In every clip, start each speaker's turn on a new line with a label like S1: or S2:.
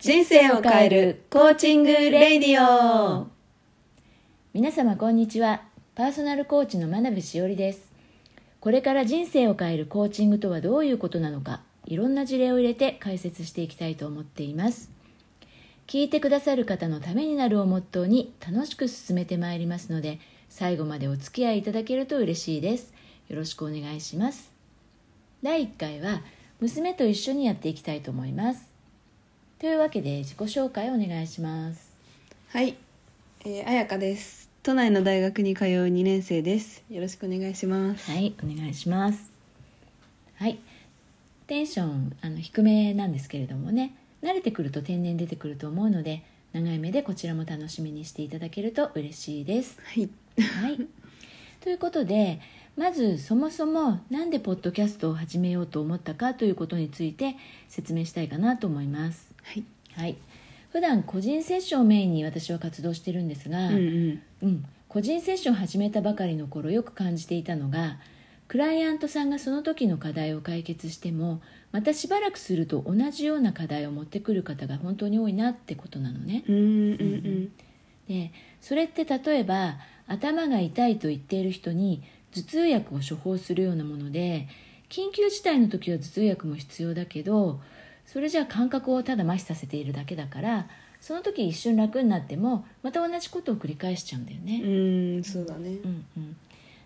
S1: 人生を変えるコーチングレディオ
S2: 皆様こんにちはパーソナルコーチの真鍋しおりですこれから人生を変えるコーチングとはどういうことなのかいろんな事例を入れて解説していきたいと思っています聞いてくださる方のためになるをモットーに楽しく進めてまいりますので最後までお付き合いいただけると嬉しいですよろしくお願いします第1回は娘と一緒にやっていきたいと思いますというわけで自己紹介お願いします
S1: はい、えー、あやかです都内の大学に通う2年生ですよろしくお願いします
S2: はい、お願いします。はい、テンションあの低めなんですけれどもね、慣れてくると天然出てくると思うので、長い目でこちらも楽しみにしていただけると嬉しいです。
S1: はい、
S2: はい。ということで、まずそもそもなんでポッドキャストを始めようと思ったかということについて説明したいかなと思います。
S1: はい、
S2: はい。普段個人セッションをメインに私は活動してるんですが、
S1: うんうん
S2: うん、個人セッションを始めたばかりの頃よく感じていたのがクライアントさんがその時の課題を解決してもまたしばらくすると同じような課題を持ってくる方が本当に多いなってことなのね。
S1: うんうんうん
S2: でそれって例えば頭が痛いと言っている人に頭痛薬を処方するようなもので緊急事態の時は頭痛薬も必要だけどそれじゃあ感覚をただ麻痺させているだけだからその時一瞬楽になってもまた同じことを繰り返しちゃうんだよね。
S1: うんそうだね
S2: うんうん、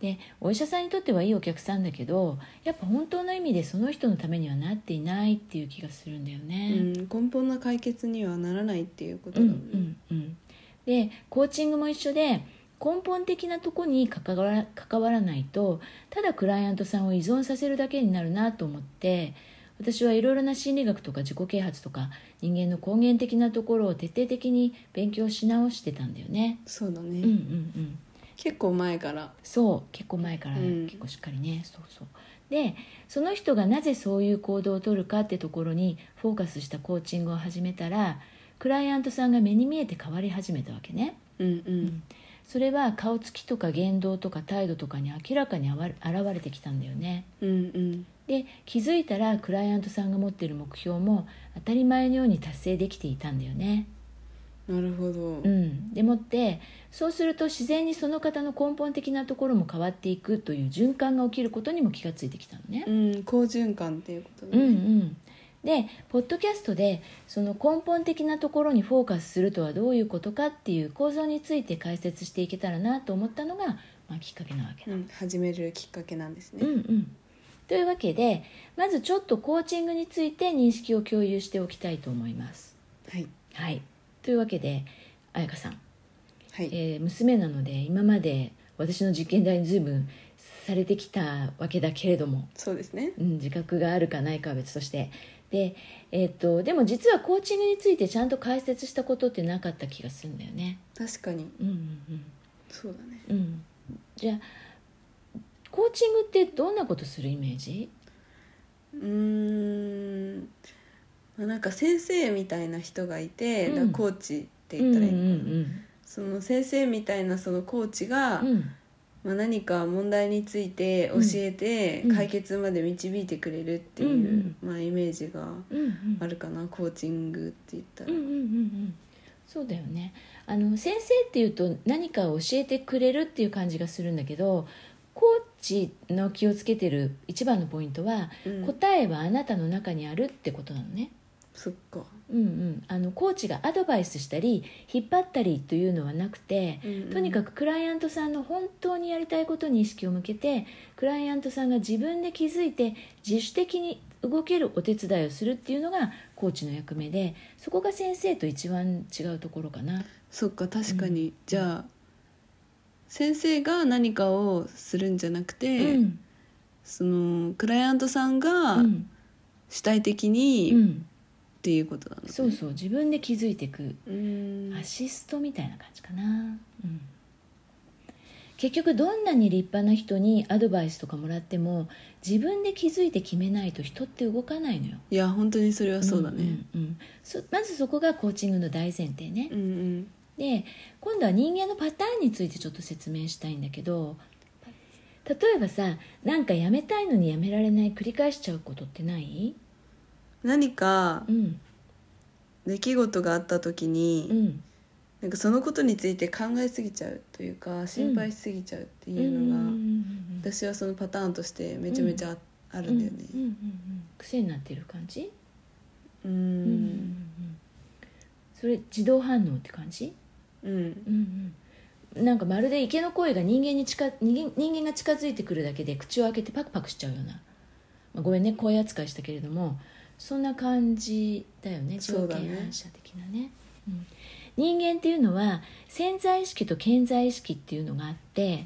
S2: でお医者さんにとってはいいお客さんだけどやっぱ本当の意味でその人のためにはなっていないっていう気がするんだよ
S1: う
S2: ね。
S1: ん根本な解決にはならないっていうこと
S2: う
S1: だ
S2: ん
S1: もんね
S2: うんうんでコーチングも一緒で根本的なとこに関わら関わらないとただクライアントさんを依存させるだけになるなと思って私はいろいろな心理学とか自己啓発とか人間の根源的なところを徹底的に勉強し直してたんだよね。
S1: そうだ
S2: う
S1: ね、
S2: んうんうん
S1: 結構前から
S2: そう結構前から
S1: うん
S2: 結構しっかりね、そうそうでその人がなぜそういう行動をとるかってところにフォーカスしたコーチングを始めたらクライアントさんが目に見えて変わり始めたわけね、
S1: うんうん
S2: それは顔つきとか言動とか態度とかに明らかにあわ現れてきたんだよね
S1: うんうん
S2: で気づいたらクライアントさんが持ってる目標も当たり前のように達成できていたんだよね
S1: なるほど
S2: うん、でもってそうすると自然にその方の根本的なところも変わっていくという循環が起きることにも気がついてきたのね
S1: う。ん好循環っていうこと
S2: うん
S1: だ
S2: う
S1: ね
S2: ん、でポッドキャストでその根本的なところにフォーカスするとはどういうことかっていう構造について解説していけたらなと思ったのが、まあ、きっかけなわけ
S1: う
S2: だ。
S1: ん始めるきっかけなんです
S2: うん
S1: ね
S2: うん、というわけでまずちょっとコーチングについて認識を共有しておきたいと思います。
S1: はい
S2: はい、というわけで彩香さん
S1: はい
S2: えー娘なので今まで私の実験台に随分されてきたわけだけれども、
S1: そうですね
S2: うん、自覚があるかないかは別としてで,、えーっとでも実はコーチングについてちゃんと解説したことってなかった気がするんだよね。
S1: 確かに
S2: うんうん
S1: そうだね
S2: うんうん、じゃあコーチングってどんなことするイメージ
S1: うーんまあなんか先生みたいな人がいて、
S2: うん
S1: だからコーチって
S2: う
S1: 言っ
S2: んう
S1: た
S2: ん
S1: ら
S2: う
S1: いいのかな、
S2: ん
S1: その先生みたいなそのコーチが、
S2: うん
S1: まあ、何か問題について教えて、
S2: うん
S1: 解決まで導いてくれるっていう、まあ、イメージが
S2: うんうん
S1: あるかなコーチングって言ったら、
S2: うんうんうんうんそうだよねあの先生っていうと何かを教えてくれるっていう感じがするんだけどコーチの気をつけてる一番のポイントは、
S1: うん
S2: 答えはあなたの中にあるってことなのね。
S1: そっか、
S2: うんうん、あのコーチがアドバイスしたり引っ張ったりというのはなくて、とにか
S1: く
S2: くクライアントさんの本当にやりたいことに意識を向けてクライアントさんが自分で気づいて自主的に動けるお手伝いをするっていうのがコーチの役目でそこが先生と一番違うところかな。
S1: そっか確かに、じゃあ先生が何かをするんじゃなく
S2: う
S1: て、
S2: ん
S1: そのクライアントさんが
S2: うん
S1: 主体的
S2: う
S1: に
S2: ん、
S1: っていうことなの、
S2: そうそう自分で気づいていく
S1: うーん
S2: アシストみたいな感じかな、うん、結局どんなに立派な人にアドバイスとかもらっても自分で気づいて決めないと人って動かないのよ。
S1: いや本当にそれはそうだね
S2: うんうんうんそまずそこがコーチングの大前提ね、
S1: うんうん
S2: で今度は人間のパターンについてちょっと説明したいんだけど例えばさなんかやめたいのにやめられない繰り返しちゃうことってない
S1: 何か
S2: うん
S1: 出来事があった時に、
S2: うん
S1: なんかそのことについて考えすぎちゃうというか心配しすぎちゃうって
S2: うん
S1: いううのが、
S2: ん
S1: 私はそのパターンとしてめちゃめちゃあ,、あるんだよね
S2: うんうんうんうん癖になってる感じ
S1: う
S2: うんうんうん
S1: ん
S2: うんそれ自動反応って感じ
S1: うん
S2: うんうんなんかまるで池の声が人間に近人間人間が近づいてくるだけで口を開けてパクパクしちゃうような、まあ、ごめんね声扱いしたけれどもそんな感じだよね
S1: そ
S2: 条
S1: うだね
S2: 件反射的なねうん、人間っていうのは潜在意識と健在意識っていうのがあって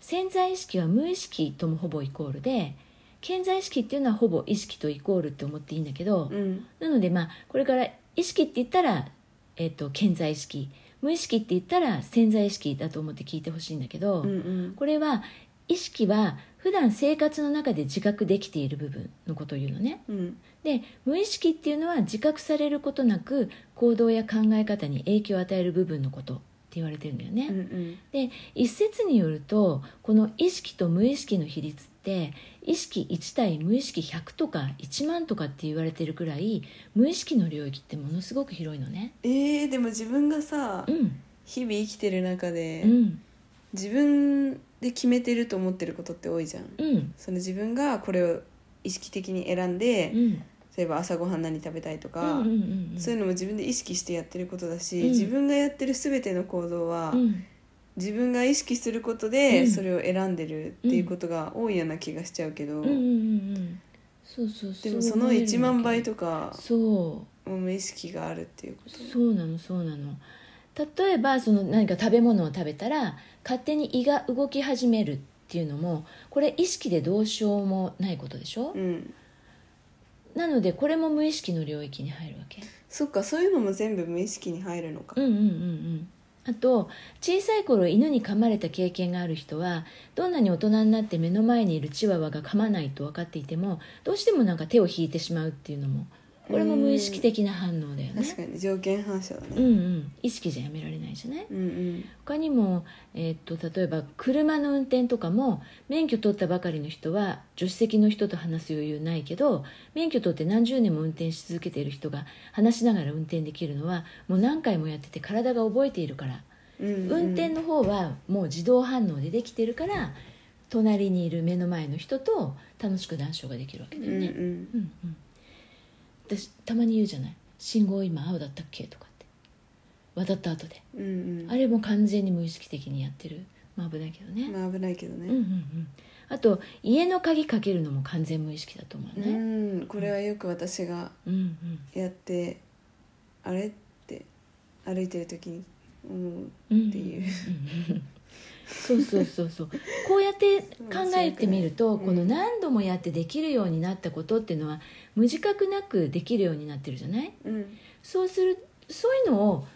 S2: 潜在意識は無意識ともほぼイコールで健在意識っていうのはほぼ意識とイコールって思っていいんだけど、
S1: うん
S2: なのでまあこれから意識って言ったら、えっと健在意識無意識って言ったら潜在意識だと思って聞いてほしいんだけど、
S1: うんうん
S2: これは意識は普段生活の中で自覚できている部分のことを言うのね
S1: うん
S2: で無意識っていうのは自覚されることなく行動や考え方に影響を与える部分のことって言われてるんだよね、
S1: うんうん
S2: で一説によるとこの意識と無意識の比率って意識1対無意識100とか1万とかって言われてるくらい無意識の領域ってものすごく広いのね。
S1: えー、でも自分がさ
S2: うん、
S1: 日々生きてる中で、
S2: うん、
S1: 自分で決めてると思ってることって多いじゃん、
S2: うん、
S1: その自分がこれを意識的に選んで、
S2: うん、うん、
S1: 例えば朝ごはん何食べたいと
S2: うん
S1: か、、
S2: うん、
S1: そういうのも自分で意識してやってることだし、
S2: うん
S1: 自分がやってる全ての行動は、
S2: うん、
S1: 自分が意識すること
S2: う
S1: で
S2: ん
S1: それを選んでるっていうことが多いような気がしちゃうけど、
S2: うん、うん、うん、そうそうそう。
S1: でもその1万倍とか
S2: そう。
S1: も無意識があるっていうこと
S2: そうなのそうなの例えばその何か食べ物を食べたら勝手に胃が動き始めるっていうのもこれ意識でどうしようもないことでしょ、
S1: うん
S2: なのでこれも無意識の領域に入るわけ
S1: そっかそういうのも全部無意識に入るのか、
S2: うんうんうんうんあと小さい頃犬に噛まれた経験がある人はどんなに大人になって目の前にいるチワワが噛まないと分かっていてもどうしてもなんか手を引いてしまうっていうのもこれも無意識的な反応だよ
S1: 確
S2: ね
S1: かに条件反射だ
S2: うん
S1: ね、
S2: うん意識じゃやめられないじゃない
S1: うん、うん
S2: 他にも、えーっと例えば車の運転とかも免許取ったばかりの人は助手席の人と話す余裕ないけど免許取って何十年も運転し続けている人が話しながら運転できるのはもう何回もやってて体が覚えているから、
S1: うんうん
S2: 運転の方はもう自動反応でできてるから隣にいる目の前の人と楽しく談笑ができるわけだよね。
S1: うんうん
S2: うんうん、私たまに言うじゃない「信号今青だったっけ?」とかって渡った後で。
S1: うんうん
S2: あれも完全に無意識的にやってる、まあ、危ないけどね、
S1: まあ危ないけど
S2: うんうんう
S1: ね、
S2: んあと家の鍵かけるのも完全無意識だと思う
S1: う
S2: ね、
S1: んこれはよく私が
S2: うん、うん
S1: やってあれって歩いてる時に思う
S2: うん
S1: っていう
S2: そうそうそうそうこうやって考えてみると
S1: 面白い
S2: この何度もやってできるようになったことっていうのは無自覚なくできるようになってるじゃない
S1: うん
S2: そうするそういうのを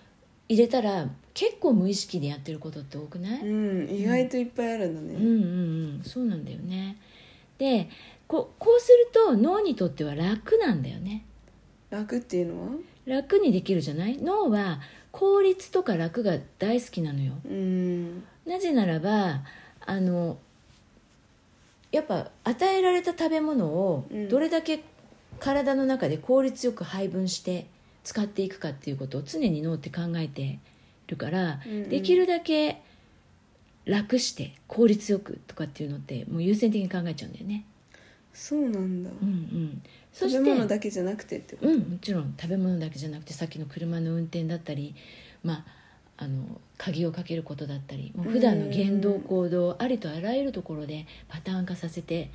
S2: 入れたら結構無意識でやってることって多くない、
S1: うん意外といっぱいあるんだね、
S2: うんうんうんそうなんだよねでここうすると脳にとっては楽なんだよね
S1: 楽っていうのは
S2: 楽にできるじゃない脳は効率とか楽が大好きなのよ
S1: うん
S2: なぜならばあのやっぱ与えられた食べ物を
S1: うん
S2: どれだけ体の中で効率よく配分して使っていくかっていうことを常に脳って考えてるから、
S1: うんうん
S2: できるだけ楽して効率よくとかっていうのってもう優先的に考えちゃうんだよね。
S1: そうなんだ、
S2: うんうん、そして
S1: 食べ物だけじゃなくてってこと
S2: うんもちろん食べ物だけじゃなくてさっきの車の運転だったり、まあ、あの鍵をかけることだったりもう普段の言動行動ありとあらゆるところでパターン化させて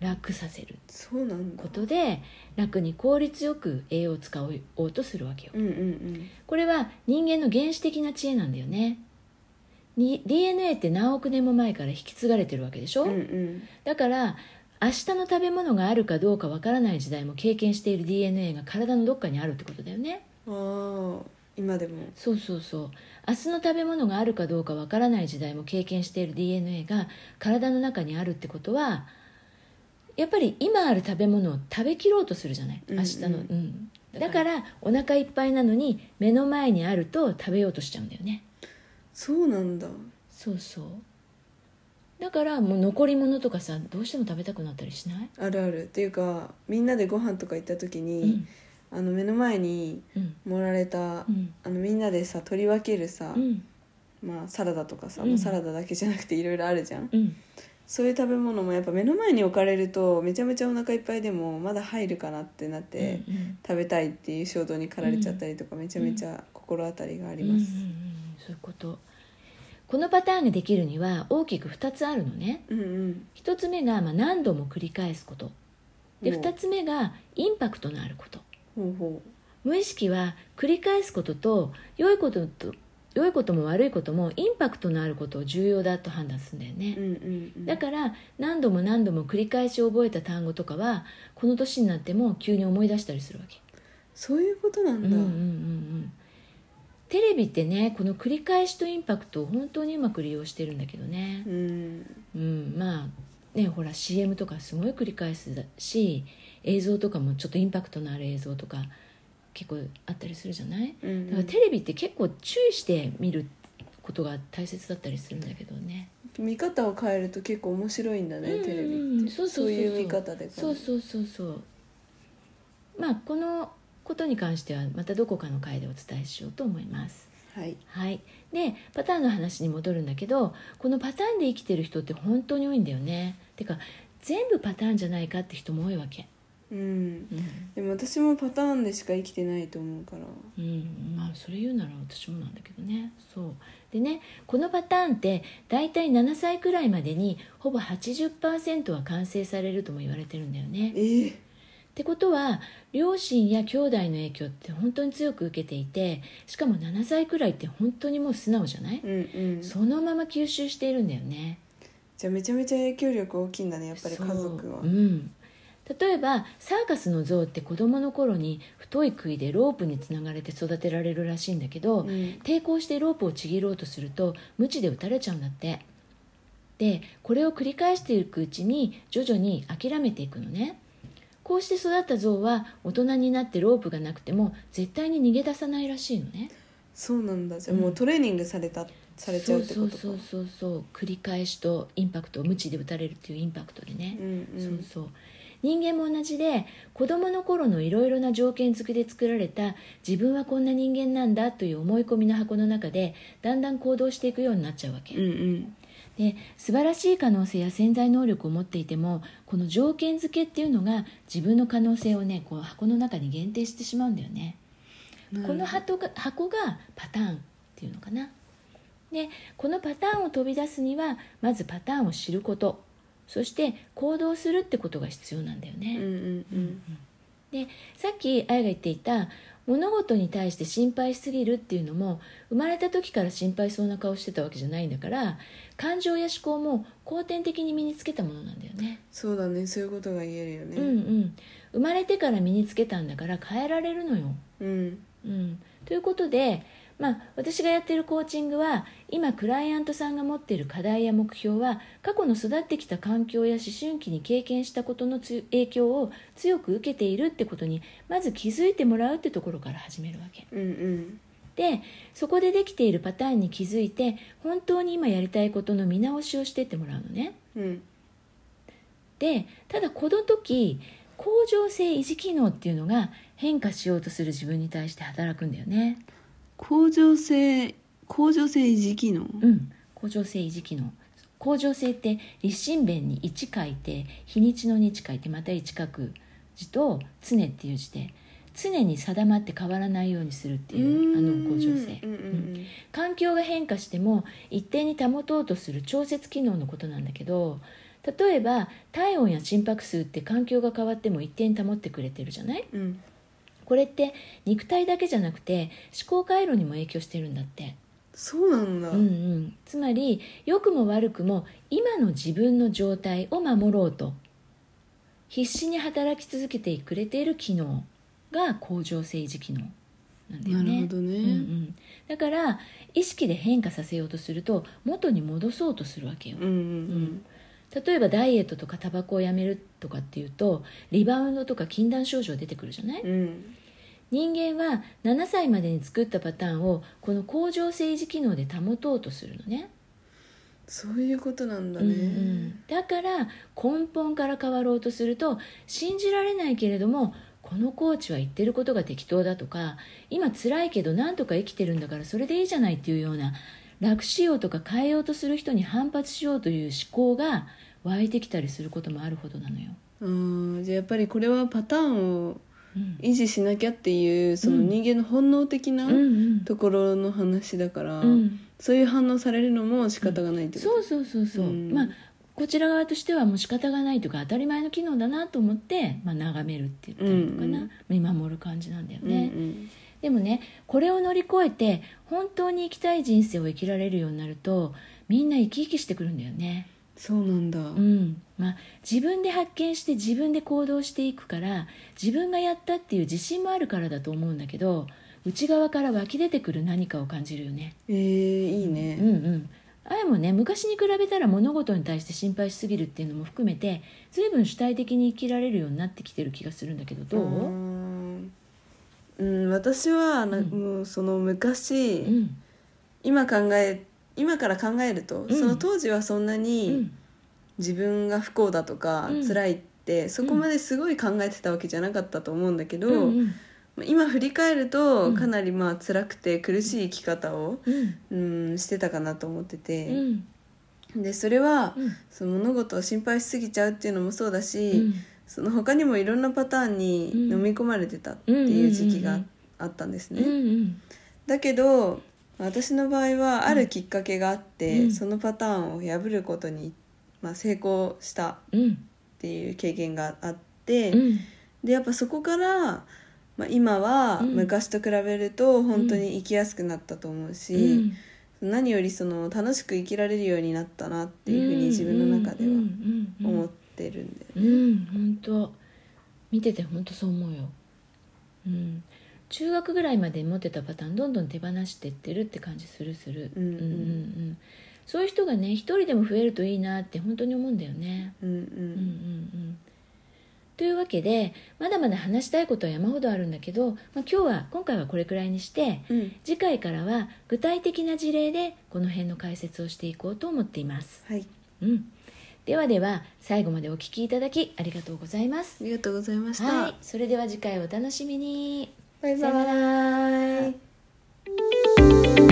S2: 楽させる
S1: そうなんだ
S2: ことで楽に効率よく栄養を使おうとするわけよ
S1: うんうんうん
S2: これは人間の原始的な知恵なんだよねに DNA って何億年も前から引き継がれてるわけでしょ、
S1: うんうん
S2: だから明日の食べ物があるかどうかわからない時代も経験している DNA が体のどっかにあるってことだよね
S1: ああ今でも
S2: そうそうそう明日の食べ物があるかどうかわからない時代も経験している DNA が体の中にあるってことはやっぱり今ある食べ物を食べきろうとするじゃない
S1: うん
S2: 明日の、
S1: うん
S2: うんだからお腹いっぱいなのに目の前にあると食べようとしちゃうんだよね
S1: そうなんだ
S2: そうそうだからもう残り物とかさどうしても食べたくなったりしない
S1: あるあるっていうかみんなでご飯とか行った時に、
S2: うん
S1: あの目の前に
S2: うん
S1: 盛られた、
S2: うん
S1: あのみんなでさ取り分けるさ、
S2: うん
S1: まあ、サラダとかさ、
S2: うん
S1: まあサラダだけじゃなくていろいろあるじゃん、
S2: うん
S1: そういう食べ物もやっぱ目の前に置かれるとめちゃめちゃお腹いっぱいでもまだ入るかなってなって、
S2: うんうん
S1: 食べたいっていう衝動に駆られちゃったりとか、めちゃめちゃ心当たりがありま
S2: うん
S1: す、
S2: うんうんうんそういうことこのパターンができるには大きく2つあるのね
S1: うんうん
S2: 1つ目がまあ何度も繰り返すことで
S1: おう
S2: 2つ目がインパクトのあること
S1: ほうほ
S2: 無意識は繰り返すことと良いことと良いことも悪いこともインパクトのあることを重要だと判断するんだよね
S1: う、うんうんうん
S2: だから何度も何度も繰り返し覚えた単語とかはこの年になっても急に思い出したりするわけ
S1: そういうことなんだ、
S2: うんうんうんうんテレビってねこの繰り返しとインパクトを本当にうまく利用してるんだけどね
S1: う、ん
S2: うん、まあねほら CM とかすごい繰り返すだし映像とかもちょっとインパクトのある映像とか結構あったりするじゃない
S1: うんうん
S2: だからテレビって結構注意して見ることが大切だったりするんだけどね
S1: 見方を変えると結構面白いんだね、テレ
S2: うんうんう
S1: ビっ
S2: ん
S1: て
S2: そうそうそうそう
S1: いう見方で
S2: そうそうそうそうまあこのことに関してはまたどこかの回でお伝えしようと思います
S1: はい
S2: はいでパターンの話に戻るんだけどこのパターンで生きてる人って本当に多いんだよねてか全部パターンじゃないかって人も多いわけ
S1: うん
S2: うん、
S1: でも私もパターンでしか生きてないと思うから
S2: うん、まあそれ言うなら私もなんだけどねそうでねこのパターンって大体7歳くらいまでにほぼ80%は完成されるとも言われてるんだよね
S1: ええ
S2: ってことは両親や兄弟の影響って本当に強く受けていてしかも7歳くらいって本当にもう素直じゃない、
S1: うんうん
S2: そのまま吸収しているんだよね
S1: じゃあめちゃめちゃ影響力大きいんだねやっぱり
S2: そ
S1: 家
S2: う
S1: 族は
S2: うん、例えばサーカスの像って子供の頃に太い杭でロープにつながれて育てられるらしいんだけど、
S1: うん
S2: 抵抗してロープをちぎろうとすると鞭で打たれちゃうんだってでこれを繰り返していくうちに徐々に諦めていくのねこうして育った象は大人になってロープがなくても絶対に逃げ出さないらしいのね
S1: そうなんだじゃあもうトレーニングされたされちゃうってことか
S2: そうそうそうそう繰り返しとインパクト鞭で打たれるっていうインパクトでね、
S1: うんう
S2: そうんそう人間も同じで子どもの頃のいろいろな条件付きで作られた自分はこんな人間なんだという思い込みの箱の中でだんだん行動していくようになっちゃうわけ、
S1: うんうん
S2: で素晴らしい可能性や潜在能力を持っていてもこの条件付けっていうのが自分の可能性をねこう箱の中に限定してしまうんだよね、
S1: なる
S2: こ
S1: ほど
S2: の箱が箱がパターンっていうのかなでこのパターンを飛び出すにはまずパターンを知ることそして行動するってことが必要なんだよね、
S1: うんうんうん
S2: でさっきあやが言っていた物事に対して心配しすぎるっていうのも生まれた時から心配そうな顔してたわけじゃないんだから感情や思考も後天的に身につけたものなんだよね
S1: そうだねそういうことが言えるよ
S2: うんう
S1: ね
S2: ん生まれてから身につけたんだから変えられるのよ、
S1: うん
S2: うん、ということでまあ私がやってるコーチングは今クライアントさんが持っている課題や目標は過去の育ってきた環境や思春期に経験したことのつ影響を強く受けているってことにまず気づいてもらうってところから始めるわけ
S1: うんうん
S2: でそこでできているパターンに気づいて本当に今やりたいことの見直しをしてってもらうのね
S1: うん
S2: でただこの時恒常性維持機能っていうのが変化しようとする自分に対して働くんだよね
S1: 向上性向上性維持機能
S2: うん、甲状腺維持機能甲状腺って立身弁に1書いて日にちの日書いてまた1書く字と常っていう字で常に定まって変わらないようにするっていうあの甲状腺、
S1: うんうん
S2: 環境が変化しても一定に保とうとする調節機能のことなんだけど例えば体温や心拍数って環境が変わっても一定に保ってくれてるじゃない
S1: うんうん
S2: これって肉体だけじゃなくて思考回路にも影響してるんだって
S1: そうなんだ
S2: うんうん、つまり良くも悪くも今の自分の状態を守ろうと必死に働き続けてくれている機能が向上性維持機能なんだよ
S1: な
S2: ね
S1: るほど
S2: うんう
S1: ね
S2: ん、だから意識で変化させようとすると元に戻そうとするわけよ
S1: うんうん
S2: 例えばダイエットとかタバコをやめるとかっていうとリバウンドとか禁断症状出てくるじゃない
S1: うんうん
S2: 人間は7歳までに作ったパターンをこの向上性維持機能で保とうとするのね
S1: そういうことなんだ
S2: うんう
S1: ね
S2: んだから根本から変わろうとすると信じられないけれどもこのコーチは言ってることが適当だとか今辛いけどなんとか生きてるんだからそれでいいじゃないっていうような楽しようとか変えようとする人に反発しようという思考が湧いてきたりすることもあるほどなのよ。
S1: うんじゃあやっぱりこれはパターンを
S2: うん
S1: 維持しなきゃっていうその人間の本能的な
S2: うん
S1: ところの話だから、
S2: うんうん
S1: そういう反応されるのも仕方がないってこと、
S2: そうそうそうそう、
S1: うん
S2: まあこちら側としてはもう仕方がないというか当たり前の機能だなと思って、まあ、眺めるって言ったりとかな、
S1: うん
S2: 見守る感じなんだよ
S1: うんう
S2: ね、
S1: ん
S2: でもねこれを乗り越えて本当に生きたい人生を生きられるようになるとみんな生き生きしてくるんだよね
S1: そうなんだ、
S2: うんまあ、自分で発見して自分で行動していくから自分がやったっていう自信もあるからだと思うんだけど内側から湧き出てくる何かを感じるよね
S1: えー、いいね、
S2: うんうんあやもね昔に比べたら物事に対して心配しすぎるっていうのも含めて随分主体的に生きられるようになってきてる気がするんだけどどう
S1: あーうん私はな、
S2: うん
S1: もうその昔、
S2: うん
S1: 今考え今から考えると、
S2: ん
S1: その当時はそんな
S2: う
S1: に
S2: ん
S1: 自分が不幸だとか、
S2: うん
S1: 辛いってそこまですごい考えてたわけじゃなかったと思うんだけど、
S2: うんうん
S1: まあ今振り返ると、
S2: うん
S1: かなりまあ辛くて苦しい生き方を、
S2: うん
S1: うん、してたかなと思って
S2: う
S1: て、
S2: ん
S1: でそれは、
S2: うん
S1: その物事を心配しすぎちゃうっていうのもそうだし、
S2: うん
S1: その他にもいろんなパターンに
S2: うん
S1: 飲み込まれてたっていう時期
S2: うんうん
S1: が
S2: うん
S1: あったんです
S2: う
S1: ね、
S2: ん
S1: だけど私の場合はあるきっかけがあって、
S2: うん
S1: そのパターンを破ることに、まあ、成功したっ
S2: うん
S1: ていう経験があって、
S2: うん
S1: でやっぱそこから、まあ、今は
S2: うん
S1: 昔と比べると本当に生きやすくなったと思うし、
S2: うん
S1: 何よりその楽しく生きられるようになったなっていうふうに自分の中では
S2: うんうんうん
S1: 思ってるんで。
S2: うん本当見てて本当そう思うよ、うん、中学ぐらいまで持ってたパターンどんどん手放してってるって感じするする、
S1: うんうん
S2: うんうんそういう人がね一人でも増えるといいなって本当に思うんだよね、
S1: うんう
S2: うんうん
S1: ん
S2: うん、というわけでまだまだ話したいことは山ほどあるんだけど、まあ、今日は今回はこれくらいにして
S1: うん
S2: 次回からは具体的な事例でこの辺の解説をしていこうと思っています
S1: はい、
S2: うん、ではでは最後までお聞きいただきありがとうございます
S1: あ。りがとうございました。
S2: はい、それでは次回お楽しみに。
S1: バイ
S2: さよ
S1: バ
S2: なら
S1: イ。